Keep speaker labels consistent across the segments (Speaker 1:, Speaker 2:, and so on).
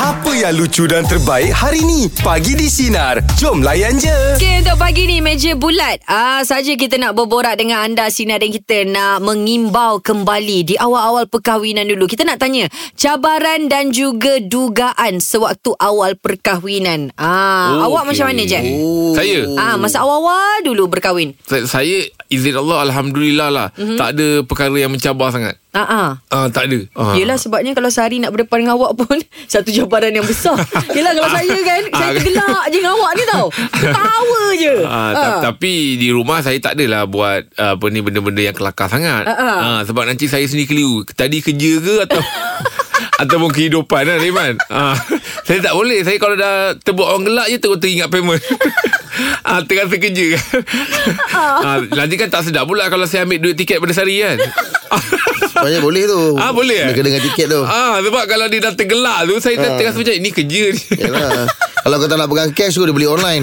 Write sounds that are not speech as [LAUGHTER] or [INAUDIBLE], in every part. Speaker 1: Apa yang lucu dan terbaik hari ni? Pagi di Sinar. Jom layan je.
Speaker 2: Okay, untuk pagi ni meja bulat. Ah, saja kita nak berborak dengan anda sinar dan kita nak mengimbau kembali di awal-awal perkahwinan dulu. Kita nak tanya cabaran dan juga dugaan sewaktu awal perkahwinan. Ah,
Speaker 3: Oh,
Speaker 2: awak
Speaker 3: okey.
Speaker 2: macam mana je?
Speaker 3: Oh. Saya
Speaker 2: Ah, masa awal-awal dulu berkahwin.
Speaker 3: Sa- Saya Izin Allah Alhamdulillah lah
Speaker 2: Mhm.
Speaker 3: mm-hmm. Tak ada perkara yang mencabar sangat
Speaker 2: Ah, ah.
Speaker 3: Ah, tak ada ah.
Speaker 2: Yelah sebabnya kalau sehari nak berdepan dengan awak pun [LAUGHS] Satu cabaran yang besar Yelah kalau saya kan Saya
Speaker 3: Ah.
Speaker 2: tergelak je dengan awak ni tau Ketawa je
Speaker 3: Ah, ta- Tapi di rumah saya tak adalah buat ah, apa ni benda-benda yang kelakar sangat.
Speaker 2: Ah, ah.
Speaker 3: Ah, sebab nanti saya sendiri keliru. Tadi kerja ke
Speaker 2: [LAUGHS]
Speaker 3: atau ataupun kehidupan lah Riman. Ah, saya tak boleh. Saya kalau dah terbuat orang gelak je terus teringat payment. [LAUGHS] ah, terasa kerja kan. ah, nanti kan tak sedap pula kalau saya ambil duit tiket pada sehari kan.
Speaker 2: [LAUGHS]
Speaker 4: Sebenarnya boleh tu
Speaker 3: Ah, boleh, eh?
Speaker 4: Dia kena dengan tiket tu
Speaker 3: Ah sebab kalau dia dah tergelak tu
Speaker 2: Ah.
Speaker 3: saya ha. terasa macam ini kerja
Speaker 2: [LAUGHS]
Speaker 3: ni.
Speaker 4: Yalah. Ya lah. Kalau kau tak nak pegang cash Suruh dia beli online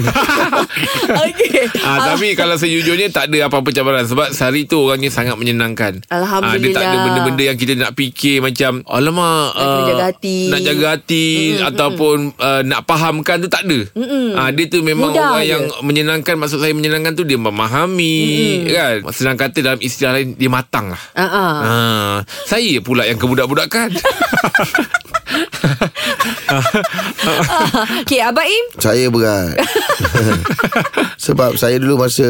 Speaker 2: Okay
Speaker 3: Ah, tapi kalau sejujurnya tak ada apa-apa cabaran sebab Sari tu orangnya sangat menyenangkan. Ah, dia tak ada
Speaker 2: Alhamdulillah.
Speaker 3: benda-benda yang kita nak fikir macam alamak ah,
Speaker 2: Nak kena jaga hati.
Speaker 3: Nak jaga hati mm ataupun uh, nak fahamkan tu tak ada. Ah, dia tu memang
Speaker 2: Mudah
Speaker 3: orang
Speaker 2: je.
Speaker 3: yang menyenangkan maksud saya menyenangkan tu dia memahami mm kan. Senang kata dalam istilah lain dia matang lah.
Speaker 2: Ah, ah.
Speaker 3: Ah, saya pula yang
Speaker 2: [LAUGHS]
Speaker 3: kebudak-budakan.
Speaker 2: Okay Abang Ah. Im
Speaker 4: Saya
Speaker 3: [LAUGHS]
Speaker 4: berat Sebab saya dulu masa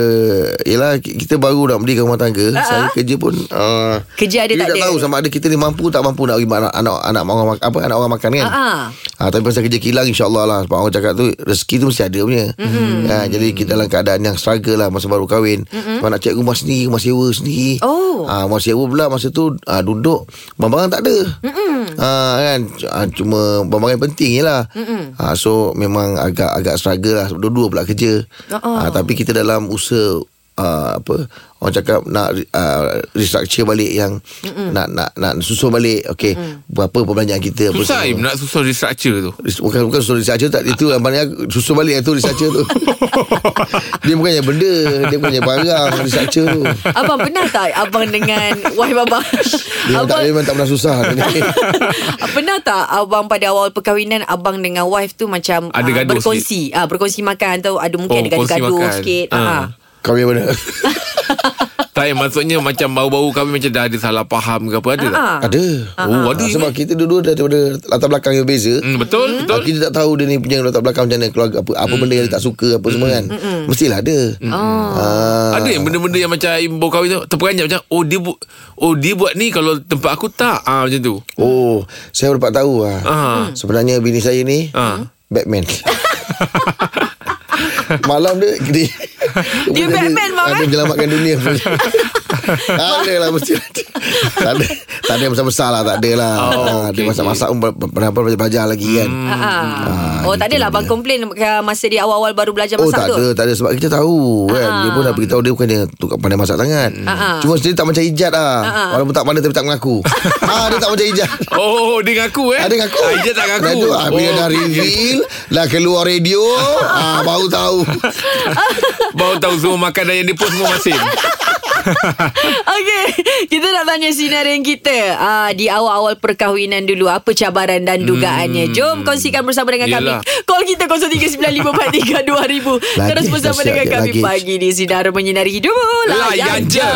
Speaker 4: Yelah kita baru nak berdiri rumah tangga uh-huh. Saya kerja pun uh,
Speaker 2: Ah, Kerja ada
Speaker 4: kita
Speaker 2: tak
Speaker 4: tak
Speaker 2: ada?
Speaker 4: tahu sama ada kita ni mampu tak mampu Nak bagi anak, anak, anak, orang, mak- apa, anak orang makan kan
Speaker 2: Ah.
Speaker 4: Ha, tapi pasal kerja kilang insyaAllah lah Sebab orang cakap tu Rezeki tu mesti ada punya mm-hmm. ha, Jadi kita dalam keadaan yang struggle lah Masa baru kahwin mm-hmm. Sebab nak cek rumah sendiri Rumah sewa sendiri
Speaker 2: Oh.
Speaker 4: ha, Rumah sewa pula masa tu ha, Duduk Barang-barang tak ada mm-hmm. ha, kan C- ha, Cuma barang-barang yang penting je lah mm-hmm. ha, So memang agak agak struggle lah Sebab Dua-dua pula kerja
Speaker 2: Oh.
Speaker 4: ha, Tapi kita dalam usaha Uh, apa orang cakap nak uh, restructure balik yang Mm-mm. nak nak nak susun balik okey mm. berapa perbelanjaan kita apa
Speaker 3: Susah Im
Speaker 4: semua.
Speaker 3: nak susun restructure tu.
Speaker 4: Bukan bukan susun researcher tak Itu yang mana Susun balik yang tu researcher [LAUGHS] tu Dia bukannya benda Dia bukannya barang Researcher tu
Speaker 2: ah. Abang pernah tak Abang dengan Wife abang
Speaker 4: Dia memang tak, dia
Speaker 2: Abang
Speaker 4: memang tak pernah susah [LAUGHS] dia ni.
Speaker 2: [LAUGHS] Pernah tak Abang pada awal perkahwinan Abang dengan wife tu Macam
Speaker 3: Ada
Speaker 2: ah,
Speaker 3: gaduh
Speaker 2: Berkongsi ah, Berkongsi makan Atau ada mungkin
Speaker 3: Oh,
Speaker 2: Ada
Speaker 3: kongsi
Speaker 2: gaduh-gaduh
Speaker 3: makan.
Speaker 2: sikit
Speaker 3: Ah.
Speaker 2: ah.
Speaker 4: Kau punya benda
Speaker 3: Tak yang maksudnya macam baru-baru kami macam dah ada salah faham ke apa ada tak?
Speaker 2: Ah.
Speaker 4: Ada
Speaker 3: Oh, ada
Speaker 4: Ah,
Speaker 3: ni.
Speaker 4: Sebab kita dua-dua daripada Latar belakang yang berbeza
Speaker 3: Hmm, betul, hmm. betul.
Speaker 4: Ah, Kita tak tahu dia ni punya latar belakang macam mana keluarga apa, apa benda yang dia tak suka apa semua kan. Mestilah ada. Ah.
Speaker 3: Ada yang benda-benda yang macam Ibu kahwin tu Terperanjat macam Oh dia bu- Oh dia buat ni Kalau tempat aku tak ah Macam tu
Speaker 4: Oh, saya dapat tahu ah.
Speaker 3: Ah.
Speaker 4: Sebenarnya bini saya ni
Speaker 3: Ah.
Speaker 4: Batman.
Speaker 3: [LAUGHS]
Speaker 4: Malam dia dia,
Speaker 2: Dia Batman, Mak,
Speaker 4: Dia
Speaker 2: eh?
Speaker 4: menyelamatkan dunia.
Speaker 2: [LAUGHS]
Speaker 4: tak ada lah mesti. ada. Tak ada. Tak ada yang besar-besar lah, tak ada lah.
Speaker 3: Oh,
Speaker 4: Oh,
Speaker 3: okey, Hmm.
Speaker 4: dia masak-masak pun ber- ber- ber- belajar-belajar lagi kan.
Speaker 2: Ah. ah. Oh tak adalah Abang komplain ke- Masa dia awal-awal Baru belajar
Speaker 4: Oh
Speaker 2: masak tu
Speaker 4: tak ada Tak ada sebab kita tahu kan Dia pun dah beritahu Dia bukan dia tukar pandai masak sangat
Speaker 2: Ah, ah.
Speaker 4: Cuma sendiri tak macam Ijat lah Walaupun tak pandai Tapi tak
Speaker 2: [LAUGHS]
Speaker 4: mengaku ah, Dia tak macam Ijat
Speaker 3: Oh dia ngaku eh
Speaker 4: Ada ngaku
Speaker 3: ah, Dia tak
Speaker 4: Dah
Speaker 3: ngaku Oh,
Speaker 4: tu, ah, Bila dah reveal Dah keluar radio ah, Baru tahu
Speaker 3: Baru tahu semua makanan yang dia post Semua masing
Speaker 2: Okey, [LAUGHS] kita nak tanya sinarin kita uh, di awal-awal perkahwinan dulu apa cabaran dan
Speaker 4: Hmm.
Speaker 2: dugaannya. Jom kongsikan bersama dengan
Speaker 3: Yelah.
Speaker 2: kami. Call
Speaker 4: [LAUGHS]
Speaker 2: kita 0395432000.
Speaker 4: Lagi
Speaker 2: Terus bersama
Speaker 4: nasihat
Speaker 2: dengan
Speaker 4: dia,
Speaker 2: kami
Speaker 4: lagi.
Speaker 2: pagi di Sinar Menyinari Hidupmu.
Speaker 3: Layan je.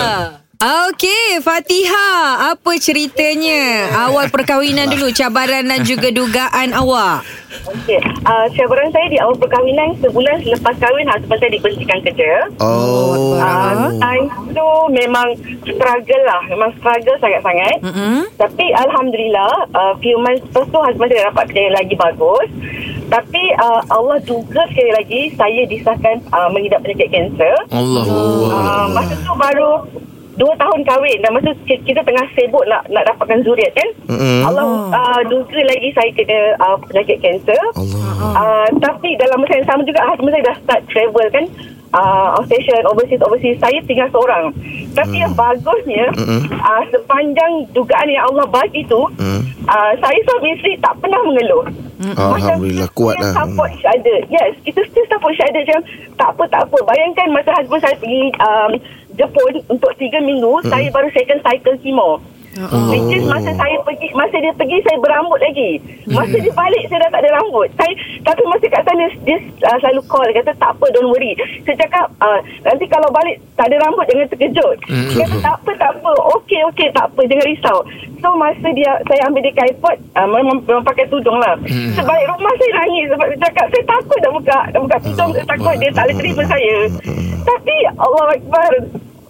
Speaker 2: Okey, Fatihah, apa ceritanya? Awal perkahwinan dulu, cabaran dan juga dugaan awak.
Speaker 5: Okey, uh, cabaran saya di awal perkahwinan sebulan selepas kahwin ha, sebab saya diberhentikan kerja.
Speaker 4: Oh
Speaker 5: Uh, time tu memang struggle lah Memang struggle sangat-sangat
Speaker 2: Hmm.
Speaker 5: mm-hmm. Tapi Alhamdulillah uh, Few months lepas tu Husband saya dapat kerja yang lagi bagus Tapi uh, Allah juga sekali lagi Saya disahkan uh, mengidap penyakit kanser
Speaker 3: Allah
Speaker 5: uh, Masa tu baru Dua tahun kahwin Dan masa tu ki- kita tengah sibuk Nak nak dapatkan zuriat kan
Speaker 4: Mm-mm.
Speaker 5: Allah uh, duga lagi saya kena uh, Penyakit kanser
Speaker 4: Allah
Speaker 5: Uh, tapi dalam masa yang sama juga husband saya dah start travel kan uh, outstation overseas overseas saya tinggal seorang tapi yang
Speaker 4: Hmm.
Speaker 5: bagusnya uh, sepanjang dugaan yang Allah bagi tu
Speaker 4: Hmm.
Speaker 5: uh, saya suami isteri tak pernah mengeluh
Speaker 4: Alhamdulillah
Speaker 5: Macam
Speaker 4: Kuat
Speaker 5: kita
Speaker 4: lah
Speaker 5: Support each other Yes Kita still support each other Macam tak apa tak apa Bayangkan
Speaker 4: Hmm.
Speaker 5: masa husband saya pergi um, Jepun Untuk 3 minggu Saya baru second cycle chemo Oh. Which is masa saya pergi masa dia pergi saya berambut lagi. Masa dia balik saya dah tak ada rambut. Saya tapi masa kat sana dia uh, selalu call dia kata tak apa don't worry. Saya cakap uh, nanti kalau balik tak ada rambut jangan terkejut. Dia kata tak apa tak apa. Okey okey tak apa jangan risau. So masa dia saya ambil dia ke airport uh, memang, memang pakai tudung lah. So balik rumah saya nangis sebab saya cakap saya takut dah buka dah buka tudung saya takut dia tak boleh terima saya. Tapi Allah Akbar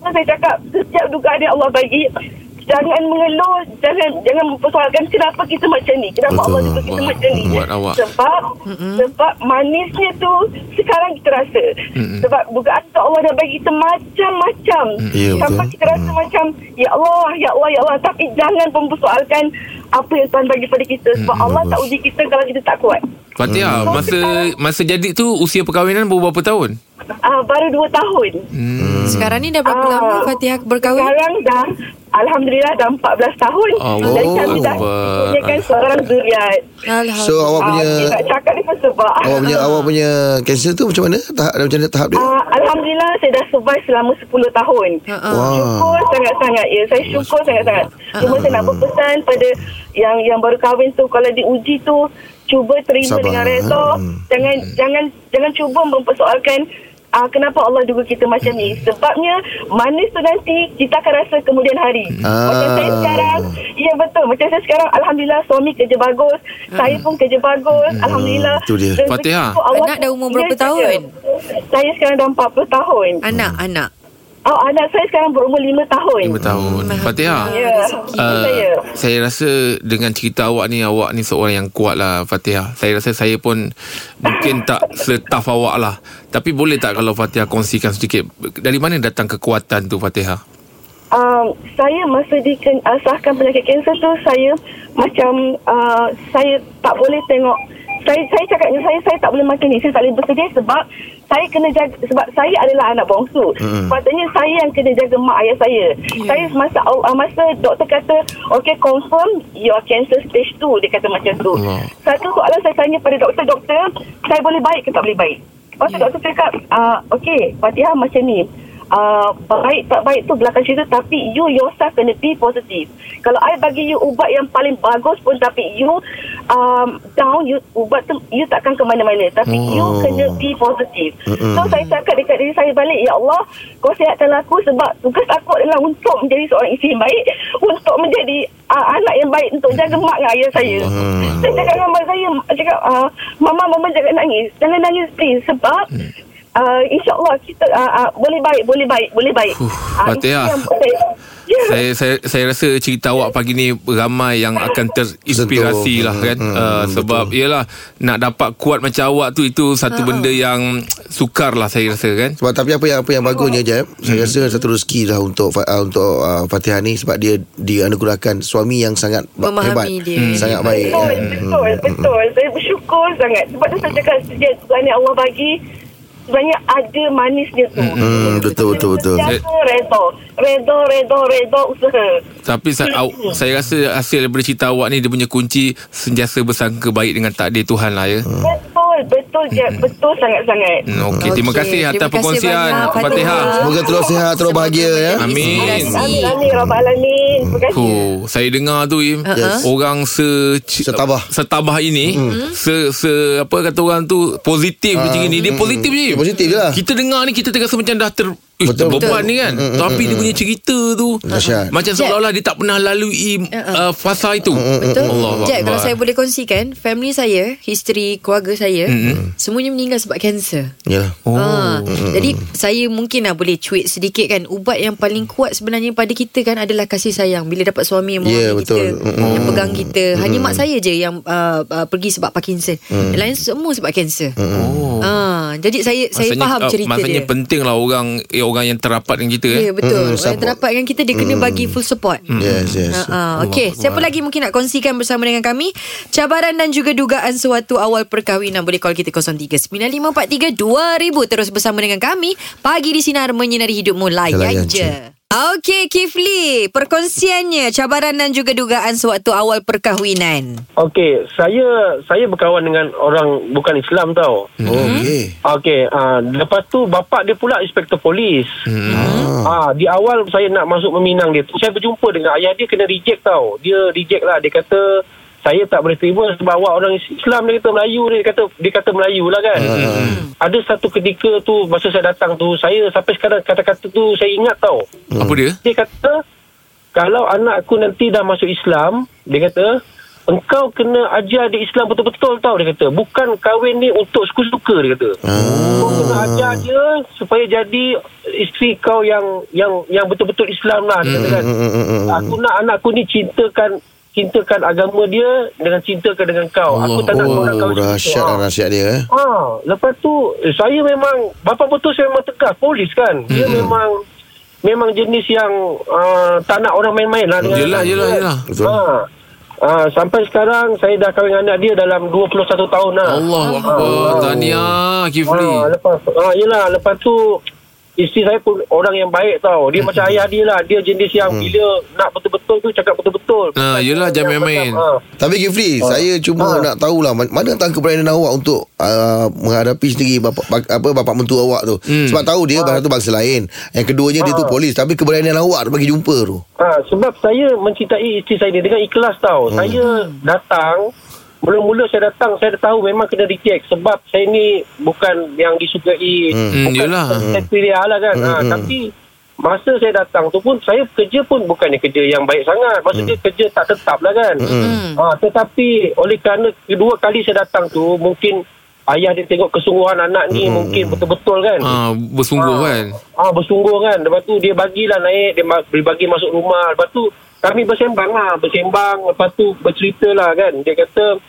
Speaker 5: saya cakap setiap dugaan yang Allah bagi jangan mengeluh jangan jangan mempersoalkan kenapa kita macam ni kenapa
Speaker 4: Betul.
Speaker 5: Allah suka kita
Speaker 3: Buat-
Speaker 5: macam ni
Speaker 3: buat awak.
Speaker 5: sebab mm sebab manisnya tu sekarang kita rasa mm sebab dugaan tu Allah dah bagi kita macam-macam
Speaker 4: Ya,
Speaker 5: sampai
Speaker 4: betul.
Speaker 5: kita rasa macam ya Allah ya Allah ya Allah tapi jangan mempersoalkan apa yang Tuhan bagi pada kita sebab Allah tak uji kita kalau kita tak kuat
Speaker 3: Fatia,
Speaker 5: Hmm.
Speaker 3: masa masa jadi tu usia perkahwinan berapa tahun?
Speaker 5: uh, baru 2 tahun
Speaker 4: Hmm.
Speaker 2: Sekarang ni dah berapa
Speaker 5: Ah.
Speaker 2: lama Fatihah berkahwin?
Speaker 5: Sekarang dah Alhamdulillah dah 14 tahun
Speaker 3: Allah
Speaker 5: Dan kami dah
Speaker 3: Akbar.
Speaker 5: Mempunyai seorang zuriat
Speaker 4: So
Speaker 2: Alhamdulillah.
Speaker 4: awak punya
Speaker 5: Ah, dia nak cakap ni pun sebab
Speaker 4: awak
Speaker 5: [LAUGHS]
Speaker 4: punya awak punya cancer tu macam mana? Tahap macam mana tahap dia?
Speaker 5: Ah, Alhamdulillah saya dah survive selama 10 tahun.
Speaker 2: Uh-uh.
Speaker 4: Wah. ha.
Speaker 5: Syukur sangat-sangat ya. Saya syukur sangat-sangat.
Speaker 2: Ha,
Speaker 5: Cuma saya nak berpesan pada yang yang baru kahwin tu kalau diuji tu cuba terima
Speaker 4: Sabar.
Speaker 5: dengan reda.
Speaker 4: Hmm.
Speaker 5: Jangan jangan jangan cuba mempersoalkan Ah, kenapa Allah duga kita macam ni
Speaker 4: Hmm.
Speaker 5: Sebabnya Manis tu nanti Kita akan rasa kemudian hari
Speaker 4: Ah.
Speaker 5: Macam saya sekarang Ya betul Macam saya sekarang Alhamdulillah suami kerja bagus
Speaker 2: Hmm.
Speaker 5: Saya pun kerja bagus Alhamdulillah
Speaker 4: Hmm. Itu dia.
Speaker 5: Rezeki
Speaker 3: Fatihah.
Speaker 5: tu Allah
Speaker 2: Anak dah umur berapa
Speaker 5: Ya, saya.
Speaker 2: tahun?
Speaker 5: Saya sekarang dah 40 tahun.
Speaker 2: Anak-anak.
Speaker 5: Oh, anak saya sekarang berumur 5 tahun.
Speaker 3: 5 tahun. Fatia.
Speaker 5: Ya, uh, saya.
Speaker 3: Uh, saya rasa dengan cerita awak ni awak ni seorang yang kuat lah Fatihah. Saya rasa saya pun mungkin tak setaf awak lah. Tapi boleh tak kalau Fatihah kongsikan sedikit dari mana datang kekuatan tu Fatihah?
Speaker 5: Um, saya masa disahkan penyakit kanser tu, saya macam uh, saya tak boleh tengok saya saya cakap dengan saya saya tak boleh makan ni saya tak boleh bersedih sebab saya kena jaga sebab saya adalah anak bongsu mm. sepatutnya saya yang kena jaga mak ayah saya yeah. saya masa uh, masa doktor kata okay confirm your cancer stage 2 dia kata macam tu
Speaker 3: Allah.
Speaker 5: satu soalan saya tanya pada doktor doktor saya boleh baik ke tak boleh baik lepas tu doktor cakap uh, okay Fatihah macam ni Uh, baik tak baik tu belakang cerita tapi you yourself kena be positive kalau I bagi you ubat yang paling bagus pun tapi you um, down you ubat tu you takkan ke mana-mana tapi oh. you
Speaker 4: Oh.
Speaker 5: kena be positive mm so saya cakap dekat diri saya balik ya Allah kau sihatkan aku sebab tugas aku adalah untuk menjadi seorang isteri yang baik untuk menjadi uh, anak yang baik untuk jaga mak dengan ayah saya saya cakap dengan mak saya mak cakap uh, mama mama jangan nangis jangan nangis please sebab Uh, InsyaAllah kita uh, uh, boleh baik, boleh baik, boleh baik.
Speaker 3: Huh,
Speaker 5: Ah, itu
Speaker 3: Fatihah.
Speaker 5: yang saya, Ya.
Speaker 3: saya saya saya rasa cerita awak pagi ni ramai yang akan terinspirasi
Speaker 4: Betul.
Speaker 3: lah kan
Speaker 4: Hmm,
Speaker 3: hmm, uh,
Speaker 4: betul.
Speaker 3: sebab ialah nak dapat kuat macam awak tu itu satu benda yang sukar lah saya rasa kan
Speaker 4: Sebab tapi apa yang apa yang bagusnya Jeb, saya rasa satu rezeki dah untuk Fa- uh, untuk uh, Fatihah ni sebab dia dianugerahkan suami yang sangat ba-
Speaker 2: Memahami
Speaker 4: hebat,
Speaker 2: dia.
Speaker 4: Hmm. sangat baik.
Speaker 5: Ya, Betul, betul, betul. Saya bersyukur sangat. Sebab tu saya cakap setiap Tuhan yang Allah bagi, sebenarnya ada manisnya tu.
Speaker 4: Hmm, betul betul betul.
Speaker 5: Sentiasa Redha. Redha, redha, redha usaha.
Speaker 3: tapi saya, aw, saya rasa hasil daripada cerita awak ni dia punya kunci sentiasa bersangka baik dengan takdir Tuhan lah ya hmm.
Speaker 5: Betul, betul, Jeb. Betul sangat-sangat.
Speaker 3: Okey, okay, terima
Speaker 2: Okey,
Speaker 3: kasih atas
Speaker 2: terima kasih
Speaker 3: perkongsian
Speaker 2: banyak,
Speaker 3: Fatihah.
Speaker 2: Fatihah.
Speaker 4: Semoga terus sihat, terus bahagia ya.
Speaker 3: Amin.
Speaker 5: Amin, amin, Rabbal Alamin. Terima kasih.
Speaker 3: Oh, saya dengar tu Im,
Speaker 2: Uh-huh.
Speaker 4: Yes.
Speaker 3: orang se
Speaker 4: Setabah. Hmm.
Speaker 3: setabah ini
Speaker 2: Hmm.
Speaker 3: se se apa kata orang tu positif
Speaker 4: Ah.
Speaker 3: macam ni.
Speaker 4: Hmm.
Speaker 3: Dia positif je. Im.
Speaker 4: Dia positif je lah.
Speaker 3: Kita dengar ni kita terasa macam dah ter eh,
Speaker 4: Betul,
Speaker 3: terbeban
Speaker 4: betul. Hmm.
Speaker 3: ni kan. Tapi dia punya cerita tu
Speaker 4: Dahsyat. Hmm,
Speaker 3: macam seolah-olah dia tak pernah lalui uh, fasa itu.
Speaker 2: Uh-uh. Betul?
Speaker 3: Allah
Speaker 2: Jack, kalau saya boleh kongsikan, family saya, history keluarga saya, semuanya meninggal sebab kanser.
Speaker 4: Yalah.
Speaker 3: Oh.
Speaker 2: Ha, jadi saya mungkin lah boleh cuit sedikit kan Ubat yang paling kuat sebenarnya pada kita kan Adalah kasih sayang Bila dapat suami yang
Speaker 4: Ya,
Speaker 2: memahami
Speaker 4: betul.
Speaker 2: kita
Speaker 4: Mm-mm.
Speaker 2: Yang pegang kita Hanya mak saya je yang uh, uh, pergi sebab Parkinson Yang lain semua sebab kanser
Speaker 3: Mm. Oh.
Speaker 2: ha, Jadi saya saya faham
Speaker 3: ah,
Speaker 2: cerita
Speaker 3: Maksudnya
Speaker 2: dia
Speaker 3: penting lah orang eh, Orang yang terapat dengan kita eh.
Speaker 2: Ya betul Orang yang
Speaker 4: Mm, support.
Speaker 2: terdapat dengan kita Dia kena bagi full support
Speaker 4: Yes, yes.
Speaker 2: Ha, Okey, siapa lagi mungkin nak kongsikan bersama dengan kami cabaran dan juga dugaan suatu awal perkahwinan boleh call kita 0395432000 terus bersama dengan kami pagi di sinar menyinari hidupmu layan
Speaker 4: Layan
Speaker 2: je.
Speaker 4: je.
Speaker 2: Okey Kifli, perkongsiannya cabaran dan juga dugaan sewaktu awal perkahwinan.
Speaker 6: Okey, saya saya berkawan dengan orang bukan Islam tau.
Speaker 4: Oh, okey.
Speaker 6: Okey, uh, lepas tu bapak dia pula inspektor polis. Hmm. Ah, di awal saya nak masuk meminang dia. tu, Saya berjumpa dengan ayah dia kena reject tau. Dia reject lah. Dia kata saya tak boleh terima sebab awak orang Islam dia kata Melayu dia kata dia kata Melayu lah kan. Hmm. Ada satu ketika tu masa saya datang tu saya sampai sekarang kata-kata tu saya ingat tau.
Speaker 3: Apa dia?
Speaker 6: Dia kata kalau anak aku nanti dah masuk Islam, dia kata engkau kena ajar dia Islam betul-betul tau dia kata. Bukan kahwin ni untuk suka-suka dia kata.
Speaker 4: Ah.
Speaker 6: Kau kena ajar dia supaya jadi isteri kau yang yang yang betul-betul Islam lah dia kata
Speaker 4: Mm,
Speaker 6: kan. Aku nak anakku ni cintakan cintakan agama dia dengan cintakan dengan kau. aku tak nak
Speaker 4: Oh,
Speaker 6: orang kahwin
Speaker 4: dahsyat
Speaker 6: suka-suka.
Speaker 4: lah nasihat dia eh.
Speaker 6: Ha, lepas tu eh, saya memang bapa betul saya memang tegas polis kan. Dia hmm. memang memang jenis yang uh, tak nak orang main-main lah. dengan
Speaker 3: Yelah,
Speaker 6: anak
Speaker 3: yelah,
Speaker 6: dia.
Speaker 3: yelah.
Speaker 4: Betul.
Speaker 6: Ha. Uh, sampai sekarang saya dah kahwin dengan anak dia dalam 21 tahun
Speaker 2: Hmm.
Speaker 6: lah.
Speaker 3: Allah Akbar. Tahniah Kifli.
Speaker 6: Ha, lepas ha, yelah lepas tu isteri saya pun orang yang baik tau. Dia
Speaker 3: Hmm.
Speaker 6: macam ayah dia lah. Dia jenis yang bila nak betul-betul tu cakap betul-betul. Ha.
Speaker 3: Ha, yelah, jangan
Speaker 6: Yang
Speaker 3: main-main.
Speaker 6: macam,
Speaker 4: Tapi Kifli, saya cuma nak tahulah man- mana datang keberanian awak untuk uh, menghadapi sendiri bapak bak, apa bapak mentua awak tu. Hmm. Sebab tahu dia bahasa tu bangsa lain. Yang keduanya dia tu polis, tapi keberanian awak tu bagi jumpa tu.
Speaker 6: Ha, sebab saya mencintai isteri saya ni dengan ikhlas tau. Hmm. Saya datang, mula-mula saya datang, saya dah tahu memang kena reject. Sebab saya ni bukan yang disukai.
Speaker 3: Hmm,
Speaker 6: Bukan
Speaker 3: yelah.
Speaker 6: kriteria lah kan. Hmm. Ha, tapi masa saya datang tu pun, saya kerja pun bukannya kerja yang baik sangat. Maksudnya hmm. kerja tak tetap lah kan. Hmm. Ha, tetapi oleh kerana kedua kali saya datang tu, mungkin ayah dia tengok kesungguhan anak ni mungkin betul-betul kan.
Speaker 3: Ha, bersungguh kan.
Speaker 6: Ah bersungguh kan. Lepas tu dia bagilah naik, dia, ma- dia bagi masuk rumah. Lepas tu kami bersembang lah, bersembang. Lepas tu bercerita lah kan. Dia kata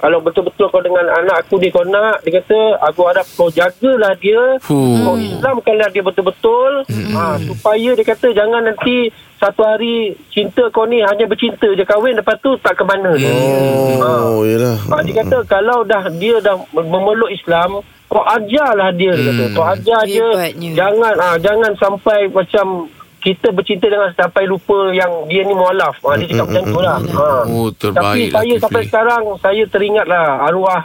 Speaker 6: kalau betul-betul kau dengan anak aku dia kau nak, dia kata aku harap kau jagalah dia.
Speaker 3: Fuh.
Speaker 6: Kau Islamkanlah dia betul-betul. Hmm. Ha, supaya dia kata jangan nanti satu hari cinta kau ni hanya bercinta je kahwin lepas tu tak ke mana.
Speaker 3: Ya,
Speaker 6: Hmm.
Speaker 4: Oh, yalah.
Speaker 6: Ha, dia
Speaker 3: Hmm.
Speaker 6: kata kalau dah dia dah memeluk Islam, kau ajarlah dia hmm. kata. Kau ajar dia
Speaker 2: Hebatnya.
Speaker 6: jangan ha, jangan sampai macam kita bercinta dengan sampai lupa yang dia ni mualaf. Ha, dia cakap macam tu lah. Ha.
Speaker 3: Oh,
Speaker 6: Tapi
Speaker 3: terbaik lah,
Speaker 6: saya sampai
Speaker 3: Kifli.
Speaker 6: sekarang saya teringatlah arwah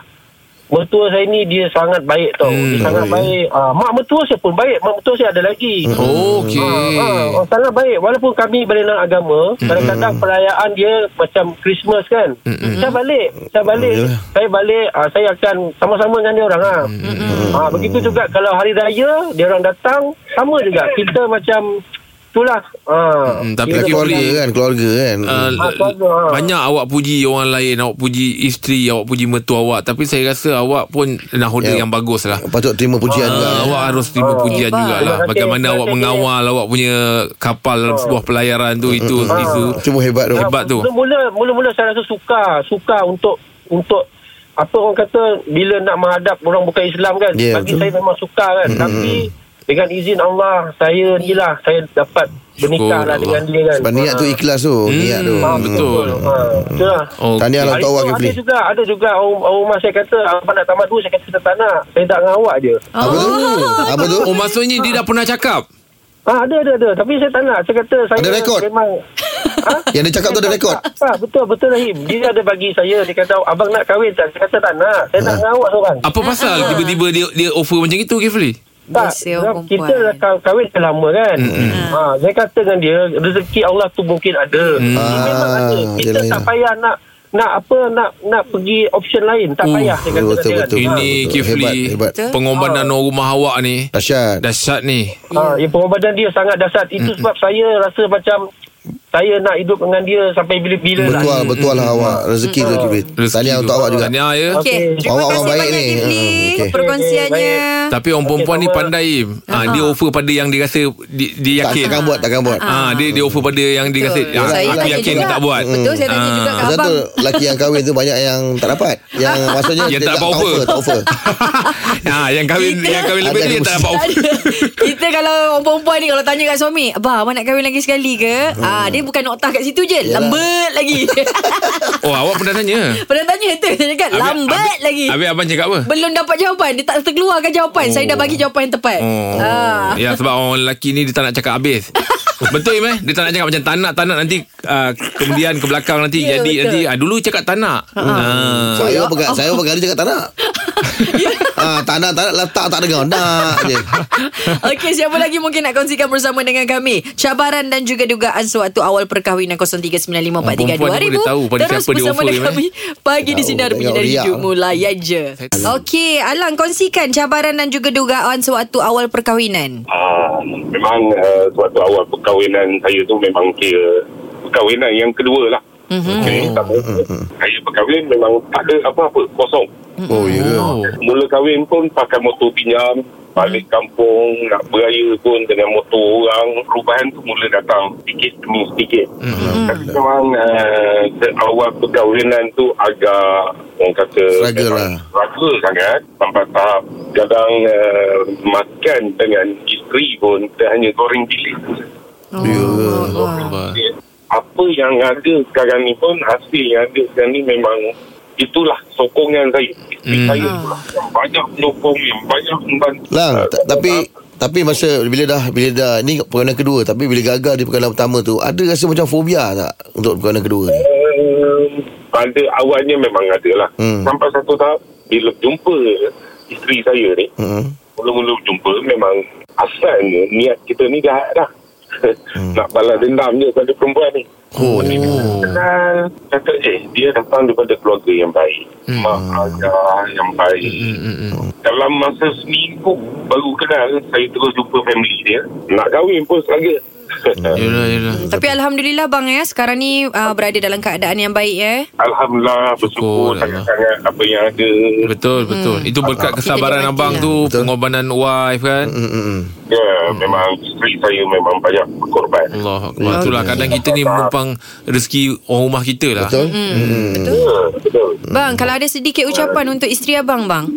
Speaker 6: Mertua saya ni dia sangat baik tau. Hmm,
Speaker 3: Oh,
Speaker 6: dia
Speaker 3: ya.
Speaker 6: sangat baik. Ha, mak mertua saya pun baik. Mak mertua saya ada lagi.
Speaker 3: Hmm. Okey.
Speaker 6: Ha, ha, sangat baik walaupun kami berlainan agama mm-hmm. kadang-kadang perayaan dia macam Christmas kan mm-hmm. saya balik saya balik
Speaker 4: Yalah.
Speaker 6: saya balik ha, saya akan sama-sama dengan dia orang ha. Mm-hmm. ha begitu juga kalau hari raya dia orang datang sama juga kita macam itulah ha
Speaker 3: Mm, tapi
Speaker 6: Kita
Speaker 4: Yalah,
Speaker 3: Kifli-
Speaker 4: keluarga kan, keluarga kan.
Speaker 3: Uh,
Speaker 6: Ah, keluarga, ah.
Speaker 3: banyak awak puji orang lain Awak puji isteri Awak puji mertua awak Tapi saya rasa awak pun Nahoda
Speaker 4: Ya.
Speaker 3: yang bagus lah
Speaker 4: Patut terima pujian juga. ya.
Speaker 3: Ah, awak harus terima pujian
Speaker 2: Hebat.
Speaker 3: jugalah
Speaker 6: Terima kasih.
Speaker 3: Bagaimana
Speaker 6: Terima
Speaker 3: awak
Speaker 6: kasih. Ah.
Speaker 3: mengawal Awak punya kapal Dalam sebuah pelayaran tu Itu
Speaker 4: Ah.
Speaker 3: itu
Speaker 4: eh. Cuma hebat tu.
Speaker 3: Hebat tu
Speaker 6: Mula-mula mula-mula saya rasa suka, suka untuk untuk apa orang kata bila nak menghadap orang bukan Islam kan.
Speaker 4: Ya,
Speaker 6: Yeah,
Speaker 4: betul.
Speaker 6: bagi betul. saya memang suka kan. Mm-hmm. Tapi dengan izin Allah saya ni lah saya dapat bernikah
Speaker 3: Allah.
Speaker 6: lah dengan dia kan.
Speaker 4: Sebab niat tu ikhlas tu, niat tu.
Speaker 6: Ha,
Speaker 3: Betul.
Speaker 6: Ha, betul lah.
Speaker 3: Oh,
Speaker 4: Tahniah lah untuk
Speaker 6: Hari tu
Speaker 4: awak
Speaker 6: ada
Speaker 4: Kifli.
Speaker 6: juga ada juga orang, orang rumah saya kata abang nak tamat dulu saya kata saya tak nak saya tak dengan awak je
Speaker 4: Apa tu? Apa tu?
Speaker 6: Ah.
Speaker 3: Oh maksudnya dia dah pernah cakap
Speaker 6: ha, ada ada ada tapi saya tak nak saya kata saya
Speaker 4: Ada rekod?
Speaker 6: memang
Speaker 4: [LAUGHS]
Speaker 6: ha?
Speaker 4: Yang dia cakap tu ada rekod.
Speaker 6: Ha, betul betul Rahim. Dia ada bagi saya dia kata abang nak kahwin tak? Saya kata tak nak. Saya
Speaker 4: Ha.
Speaker 6: nak dengan awak seorang.
Speaker 3: Apa
Speaker 6: ah.
Speaker 3: pasal tiba-tiba dia dia offer macam itu Kifli
Speaker 6: Tak,
Speaker 2: Biasa orang
Speaker 6: sebab kita dah
Speaker 2: perempuan.
Speaker 6: ka- kahwin dah lama kan. Ha, saya kata dengan dia rezeki Allah tu mungkin ada. Dia memang
Speaker 4: Ah,
Speaker 6: ada. Kita
Speaker 4: yelah,
Speaker 6: tak
Speaker 4: yelah.
Speaker 6: payah nak nak apa nak nak pergi option lain tak payah saya kata
Speaker 4: Mm. Betul, betul,
Speaker 6: dengan dia. kan.
Speaker 4: betul.
Speaker 3: Ini
Speaker 4: betul.
Speaker 3: Kifli
Speaker 4: Hebat, hebat.
Speaker 6: Ah.
Speaker 3: Pengorbanan orang rumah awak ni
Speaker 4: Dahsyat.
Speaker 3: Dahsyat ni
Speaker 6: Ha, ya, pengorbanan dia sangat dahsyat. Itu sebab saya rasa macam saya nak hidup dengan dia sampai bila-bila lah.
Speaker 4: Betul, betul lah awak. Rezeki tu Kifli.
Speaker 3: Rezeki
Speaker 4: Tahniah
Speaker 3: tu.
Speaker 4: untuk awak juga.
Speaker 3: Tahniah ya
Speaker 2: Okey,
Speaker 6: Okey.
Speaker 2: terima
Speaker 4: Awak orang
Speaker 2: kasih
Speaker 4: baik
Speaker 2: banyak
Speaker 4: ni.
Speaker 2: Kifli
Speaker 4: Ha, okey.
Speaker 2: perkongsiannya.
Speaker 3: Tapi orang perempuan ni
Speaker 6: sama.
Speaker 3: pandai Im.
Speaker 2: Ah.
Speaker 3: ha, Dia offer pada yang dia rasa Dia, dia
Speaker 4: Tak,
Speaker 3: yakin
Speaker 4: takkan buat, takkan buat.
Speaker 3: Ah, dia dia offer pada yang dia kata
Speaker 2: Betul.
Speaker 3: ah,
Speaker 2: Saya
Speaker 3: aku
Speaker 2: tanya
Speaker 3: yakin
Speaker 2: juga.
Speaker 3: dia tak
Speaker 2: [LAUGHS]
Speaker 3: buat. Ah.
Speaker 2: Betul, saya tanya juga kat
Speaker 4: Pasal
Speaker 2: abang.
Speaker 4: tu lelaki yang kahwin tu banyak yang tak dapat. Yang maksudnya
Speaker 3: Yang
Speaker 4: dia
Speaker 3: tak dapat offer.
Speaker 4: Tak offer.
Speaker 3: ah, yang kahwin
Speaker 2: Kita-
Speaker 3: yang kahwin lebih
Speaker 4: Ada
Speaker 3: dia tak [LAUGHS] dapat offer.
Speaker 2: Kita kalau orang perempuan ni Kalau tanya kat suami Abang abang nak kahwin lagi sekali ke ah, Dia bukan noktah kat situ je.
Speaker 4: Yalah.
Speaker 2: Lambat
Speaker 3: [LAUGHS]
Speaker 2: lagi.
Speaker 3: Oh awak pernah tanya
Speaker 2: Pernah tanya tu. Saya cakap
Speaker 3: Habis-
Speaker 2: lambat
Speaker 3: habis-
Speaker 2: lagi.
Speaker 3: Habis abang cakap apa
Speaker 2: Belum dapat jawapan. Dia tak terkeluarkan jawapan. Saya dah bagi jawapan yang tepat.
Speaker 3: Oh.
Speaker 2: Ah.
Speaker 3: Ya sebab orang lelaki ni dia tak nak cakap
Speaker 2: [LAUGHS]
Speaker 3: habis. betul Im eh Dia tak nak cakap macam tak nak Tak nak nanti uh, Kemudian ke belakang nanti
Speaker 2: Ya,
Speaker 3: yeah, Jadi
Speaker 2: betul. Ha,
Speaker 3: nanti uh, Dulu cakap tak nak uh.
Speaker 4: Saya pegang saya pegang dia cakap tak nak. ah, tak nak tak nak letak tak dengar. Nak je.
Speaker 2: [LAUGHS] Okey, siapa lagi mungkin nak kongsikan bersama dengan kami? Cabaran dan juga dugaan sewaktu awal perkahwinan
Speaker 3: Oh,
Speaker 2: 0395432000.
Speaker 3: Perempuan ni boleh tahu pada
Speaker 2: Terus
Speaker 3: siapa dia
Speaker 2: bersama
Speaker 3: offer,
Speaker 2: dengan
Speaker 3: eh.
Speaker 2: kami pagi di
Speaker 4: Tahu,
Speaker 2: sinar
Speaker 4: tengok
Speaker 2: menyinari
Speaker 4: riak.
Speaker 2: hidupmu layan je. Okey, Alang kongsikan cabaran dan juga dugaan sewaktu awal perkahwinan.
Speaker 7: Ah, memang uh, suatu awal perkahwinan saya tu memang kira perkahwinan yang kedua lah. Mm-hmm. Okay, tak apa. Saya berkahwin memang tak ada apa-apa, kosong.
Speaker 4: Oh ya. Yeah.
Speaker 3: Oh.
Speaker 7: Mula kahwin pun pakai motor pinjam, balik kampung, nak beraya pun dengan motor orang. Perubahan tu mula datang sedikit demi sedikit.
Speaker 4: Hmm.
Speaker 7: Mm-hmm. Tapi memang uh, awal perkahwinan tu agak, orang kata,
Speaker 4: Struggle
Speaker 7: memang
Speaker 4: lah.
Speaker 7: rasa sangat sampai tahap kadang uh, makan dengan isteri pun kita hanya goreng bilik.
Speaker 4: Ya
Speaker 3: Ya.
Speaker 2: Oh.
Speaker 7: Apa yang ada sekarang ni pun hasil yang ada sekarang ni memang itulah sokongan saya. Isteri
Speaker 3: Hmm.
Speaker 7: saya pula yang banyak sokong yang banyak membantu.
Speaker 4: Lang,
Speaker 7: Ah,
Speaker 4: ta- tapi tapi masa bila dah bila dah ni perkahwinan kedua tapi bila gagal di perkahwinan pertama tu ada rasa macam fobia tak untuk perkahwinan kedua ni?
Speaker 7: Um, pada awalnya memang ada lah.
Speaker 4: Hmm.
Speaker 7: Sampai satu tahap bila jumpa isteri saya ni,
Speaker 4: Hmm.
Speaker 7: mula-mula jumpa memang asalnya niat kita ni jahat dah. [LAUGHS] hmm. Nak balas dendam je pada perempuan ni.
Speaker 4: Oh,
Speaker 7: Kenal, kata eh dia datang daripada keluarga yang baik. Hmm. Mak ayah yang baik. Hmm. Dalam masa seminggu baru kenal, saya terus jumpa family dia. Nak kahwin pun serangga. Hmm.
Speaker 3: Yelah yelah
Speaker 2: Tapi alhamdulillah bang ya, sekarang ni uh, berada dalam keadaan yang baik ya.
Speaker 7: [LAUGHS] Alhamdulillah
Speaker 3: Syukur,
Speaker 7: bersyukur sangat-sangat apa yang ada.
Speaker 3: Betul betul Itu
Speaker 4: Ah,
Speaker 3: berkat kesabaran
Speaker 2: Hmm. Kita
Speaker 3: abang
Speaker 2: nikmati
Speaker 3: tu Pengorbanan wife kan
Speaker 4: Hmm, hmm, hmm.
Speaker 7: Ya, memang isteri saya memang banyak berkorban.
Speaker 3: Allah Akbar Itulah kadang kita ni menumpang Rezeki orang rumah kita lah
Speaker 4: Betul?
Speaker 7: Ya, betul.
Speaker 3: Hmm.
Speaker 2: Bang, kalau ada sedikit ucapan untuk isteri abang bang.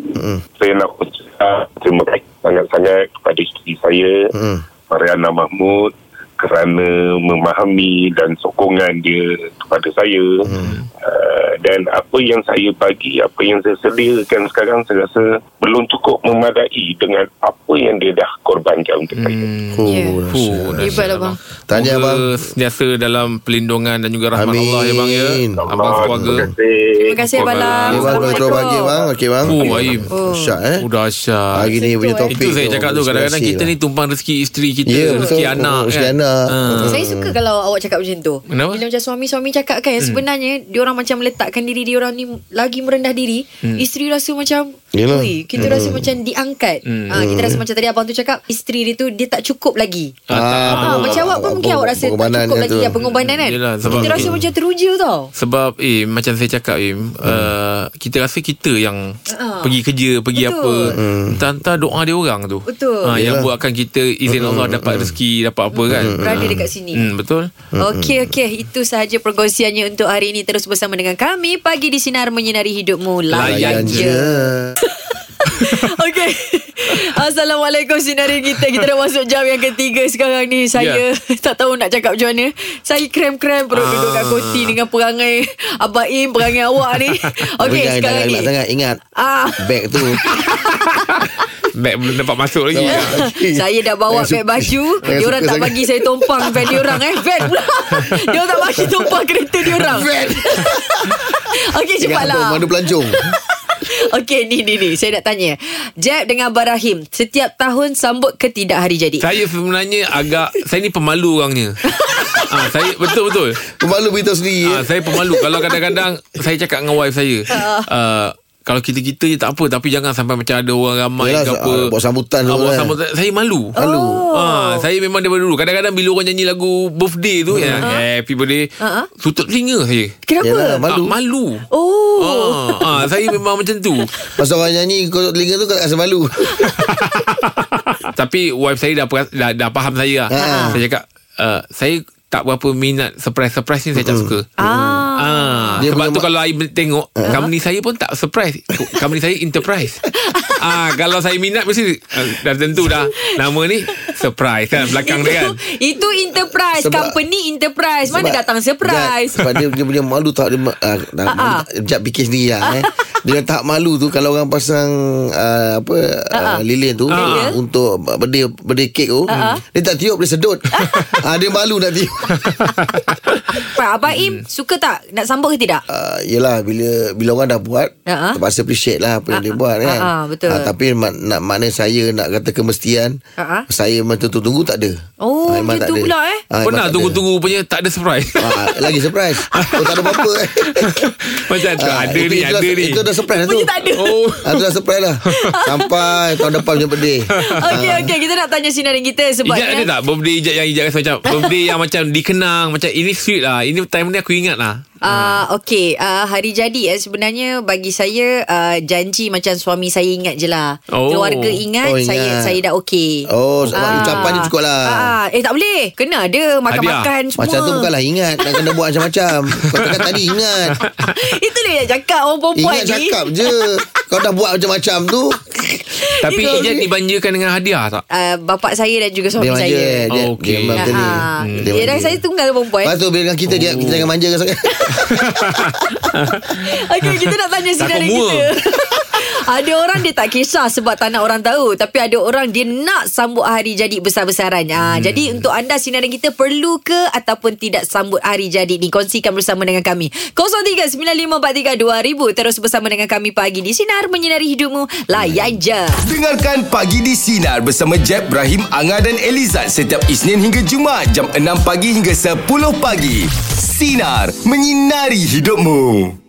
Speaker 7: Saya nak ucap terima kasih sangat-sangat kepada isteri saya,
Speaker 4: Hmm.
Speaker 7: Mariana Mahmud kerana memahami dan sokongan dia kepada saya uh, dan apa yang saya bagi apa yang saya sediakan sekarang saya rasa belum cukup memadai dengan apa yang dia dah korbankan untuk saya
Speaker 4: Oh,
Speaker 2: Ya.
Speaker 3: Fuh,
Speaker 4: dahsyat.
Speaker 2: Hebat lah bang.
Speaker 4: Tahniah,
Speaker 3: Semoga
Speaker 4: abang.
Speaker 3: Sentiasa dalam pelindungan Dan juga rahmat
Speaker 4: Amin.
Speaker 3: Allah ya bang ya Abang keluarga
Speaker 7: terima kasih
Speaker 2: Terima kasih
Speaker 3: Terima
Speaker 2: Balang.
Speaker 4: Okey, bang, boleh terus bagi bang. Okey bang.
Speaker 3: Oh, Aib.
Speaker 2: Oh.
Speaker 4: Syak eh.
Speaker 3: Oh dahsyat
Speaker 4: Hari ni punya topik.
Speaker 3: Itu saya cakap tu Kadang-kadang kita ni Tumpang rezeki isteri kita
Speaker 4: lah. Ya,
Speaker 3: Rezeki
Speaker 4: betul.
Speaker 3: anak
Speaker 4: Rezeki
Speaker 3: kan
Speaker 4: anak.
Speaker 3: Ah.
Speaker 2: Saya suka kalau awak cakap macam tu.
Speaker 3: Kenapa?
Speaker 2: Bila macam suami-suami cakap kan hmm. sebenarnya diorang macam meletakkan diri diorang ni lagi merendah diri. Hmm. Isteri rasa macam
Speaker 4: Yelah.
Speaker 2: Ui, kita hmm. rasa macam diangkat. Hmm. Ha, kita rasa macam tadi abang tu cakap isteri dia tu dia tak cukup lagi.
Speaker 3: Ah, tak.
Speaker 2: Ha, macam awak pun mungkin awak rasa tak
Speaker 4: pengorbanan
Speaker 2: cukup
Speaker 4: dia
Speaker 2: lagi
Speaker 4: tu.
Speaker 2: ya pengorbanan kan.
Speaker 3: Yelah, sebab
Speaker 2: kita rasa
Speaker 3: mungkin-
Speaker 2: macam teruja tau.
Speaker 3: Sebab eh macam saya cakap Im, hmm. uh, kita rasa kita yang
Speaker 2: Ah.
Speaker 3: uh pergi kerja, pergi
Speaker 2: Betul.
Speaker 3: apa, hantar doa dia orang tu.
Speaker 2: Betul.
Speaker 3: Ah, yang buatkan kita izin Allah dapat rezeki, dapat apa kan.
Speaker 2: Berada dekat sini.
Speaker 3: Hmm, betul.
Speaker 2: Okey okey itu sahaja perkongsiannya untuk hari ini terus bersama dengan kami pagi di sinar menyinari hidupmu layan,
Speaker 3: Layan
Speaker 2: je. [LAUGHS] Okey. Assalamualaikum sinari kita. Kita dah masuk jam yang ketiga sekarang ni. Saya
Speaker 4: Ya.
Speaker 2: yeah. [LAUGHS] tak tahu nak cakap macam mana. Saya krem-krem perut
Speaker 3: Ah.
Speaker 2: duduk kat koti dengan perangai Abang Im, perangai awak
Speaker 4: [LAUGHS]
Speaker 2: ni. Okey,
Speaker 4: Jangan
Speaker 2: sekarang
Speaker 4: jangan
Speaker 2: ni.
Speaker 4: gelak sangat Ingat
Speaker 2: Ah.
Speaker 4: Beg
Speaker 3: [LAUGHS]
Speaker 4: tu
Speaker 3: Bag belum dapat masuk lagi.
Speaker 2: saya dah bawa
Speaker 4: Saya
Speaker 2: beg
Speaker 4: Eh, suka- [LAUGHS]
Speaker 2: baju
Speaker 4: saya
Speaker 2: Diorang
Speaker 4: suka
Speaker 2: tak
Speaker 4: sangat.
Speaker 2: bagi saya tumpang Van diorang eh Van
Speaker 4: [LAUGHS]
Speaker 2: pula Diorang tak bagi tumpang kereta diorang Van [LAUGHS] Okey cepatlah
Speaker 4: Madu pelancong
Speaker 2: Okey ni ni ni Saya nak tanya Jeb dengan Abang Rahim Setiap tahun sambut ke tidak hari jadi
Speaker 3: Saya sebenarnya agak saya ni pemalu
Speaker 4: [LAUGHS]
Speaker 3: orangnya. ah, saya betul betul.
Speaker 4: Malu beritahu sendiri eh.
Speaker 3: Ah, saya pemalu kalau kadang-kadang saya cakap dengan wife saya.
Speaker 4: Ha.
Speaker 3: Uh, kalau kita-kita je tak apa tapi jangan sampai macam ada orang ramai
Speaker 4: Yelah,
Speaker 3: ke apa.
Speaker 4: ah, buat sambutan
Speaker 3: Ah,
Speaker 4: dulu
Speaker 3: buat
Speaker 4: kan. Oh.
Speaker 3: sambutan. Saya malu.
Speaker 4: Malu
Speaker 2: Oh.
Speaker 3: Ah, saya memang daripada dulu Kadang-kadang bila orang nyanyi lagu Birthday tu yang
Speaker 4: Ha.
Speaker 3: Happy birthday
Speaker 2: Ah.
Speaker 3: Sutut telinga saya
Speaker 4: Yelah
Speaker 2: Kenapa?
Speaker 4: Ha. malu
Speaker 3: Ah, malu
Speaker 2: Oh
Speaker 3: ah, ah, Saya memang macam tu
Speaker 4: [LAUGHS] Masa orang nyanyi Kau telinga tu kau tak rasa malu
Speaker 3: Tapi wife saya dah, peras- dah, dah faham saya lah
Speaker 4: Ah.
Speaker 3: Saya cakap uh, Saya tak berapa minat Surprise-surprise ni saya tak suka
Speaker 2: Ah.
Speaker 3: Ah,
Speaker 4: Dia
Speaker 3: sebab
Speaker 4: punya
Speaker 3: tu
Speaker 4: ma- Ha,
Speaker 3: kalau I tengok uh-huh. company saya pun tak surprise. Co-
Speaker 2: [LAUGHS]
Speaker 3: company saya enterprise. ah, kalau saya minat mesti ah, dah tentu dah nama ni Surprise kan
Speaker 2: itu,
Speaker 3: belakang dia kan.
Speaker 2: [LAUGHS] Itu enterprise
Speaker 4: Sebab-
Speaker 2: Company enterprise Mana
Speaker 4: Sebab-
Speaker 2: datang surprise
Speaker 4: Sebab dia, dia punya malu tak dia ma- ah, dah-
Speaker 2: Ah, ah.
Speaker 4: Sekejap fikir sendiri
Speaker 2: [LAUGHS]
Speaker 4: lah eh. Dengan tahap malu tu Kalau orang pasang ah, Apa ah, Lilin tu
Speaker 2: Ah.
Speaker 4: Untuk Berdeh Berdeh kek tu Hmm. Dia tak tiup Dia
Speaker 2: [LAUGHS]
Speaker 4: sedut Ah, Dia malu nak tiup
Speaker 2: [LAUGHS] Pak Abang Im
Speaker 4: Hmm.
Speaker 2: Suka tak Nak sambut ke tidak
Speaker 4: uh, Yelah bila bila orang dah buat
Speaker 2: Ya.
Speaker 4: uh-huh. terpaksa appreciate lah apa yang
Speaker 2: Ah,
Speaker 4: dia buat
Speaker 2: ah,
Speaker 4: kan.
Speaker 2: ah, betul.
Speaker 4: Ah, tapi mak, nak makna saya nak kata kemestian
Speaker 2: Ah, ah.
Speaker 4: saya memang tu tunggu tak ada.
Speaker 2: Oh,
Speaker 4: Ah, memang
Speaker 2: macam tu
Speaker 4: ada.
Speaker 2: pula, eh?
Speaker 4: Ah,
Speaker 3: Pernah
Speaker 4: memang tak ada.
Speaker 3: tunggu-tunggu punya tak ada surprise.
Speaker 4: Ah, lagi surprise. Oh tak ada apa-apa. eh.
Speaker 3: [LAUGHS] [LAUGHS] Macam tu
Speaker 4: Ah,
Speaker 3: ada
Speaker 4: itu-
Speaker 3: ni
Speaker 4: itu
Speaker 3: ada
Speaker 4: dah-
Speaker 3: ni.
Speaker 4: Itu dah surprise dah tu.
Speaker 2: Punya tak
Speaker 4: [LAUGHS]
Speaker 2: ada
Speaker 3: Oh.
Speaker 4: Ah, tu dah surprise dah. Sampai tahun depan punya
Speaker 2: [LAUGHS]
Speaker 4: birthday.
Speaker 2: Okey okey kita nak tanya sinarin kita eh, sebabnya
Speaker 3: Ijat ada tak birthday ijat yang ijat rasa macam birthday yang macam dikenang macam ini sweet lah. Ini time ni aku ingat lah.
Speaker 2: Ah uh, okey uh, hari jadi eh sebenarnya bagi saya uh, janji macam suami saya ingat je lah.
Speaker 3: Oh.
Speaker 2: Keluarga ingat,
Speaker 4: Oh,
Speaker 2: saya
Speaker 4: ingat.
Speaker 2: saya dah okey.
Speaker 4: Oh, ucapan je cukup lah.
Speaker 2: Ah, eh tak boleh. Kena ada makan-makan semua.
Speaker 4: Macam tu bukanlah ingat Nak kena buat macam-macam Kau cakap tadi ingat
Speaker 2: [LAUGHS] Itu dia yang cakap orang perempuan
Speaker 4: Ingat
Speaker 2: ni.
Speaker 4: cakap je Kau dah buat macam-macam tu
Speaker 3: Tapi
Speaker 2: Itu-
Speaker 3: ijat dibanjakan dengan hadiah tak?
Speaker 2: Uh, bapak saya dan juga suami
Speaker 4: dia manja
Speaker 2: saya.
Speaker 4: eh. Dia,
Speaker 3: Oh,
Speaker 4: okay.
Speaker 3: okey.
Speaker 4: dia memang macam ni.
Speaker 2: Ah,
Speaker 4: Hmm.
Speaker 2: dia dah
Speaker 4: manja.
Speaker 2: saya tunggal perempuan.
Speaker 4: Lepas tu bila dengan kita dia,
Speaker 3: Oh.
Speaker 4: Kita jangan manja kan sangat
Speaker 2: [LAUGHS] Okey, kita nak tanya saudara
Speaker 3: Takut
Speaker 2: kita. [LAUGHS]
Speaker 3: mua.
Speaker 2: ada orang dia tak kisah sebab tak nak orang tahu Tapi ada orang dia nak sambut hari jadi besar-besaran ha,
Speaker 4: Hmm.
Speaker 2: Jadi untuk anda sinaran kita perlu ke ataupun tidak sambut hari jadi ni Kongsikan bersama dengan kami 03-9543-2000 Terus bersama dengan kami pagi di Sinar Menyinari Hidupmu Layan je
Speaker 1: Dengarkan Pagi di Sinar bersama Jeb, Ibrahim, Anga dan Elizad setiap Isnin hingga Jumaat jam 6 pagi hingga 10 pagi. Sinar, menyinari hidupmu.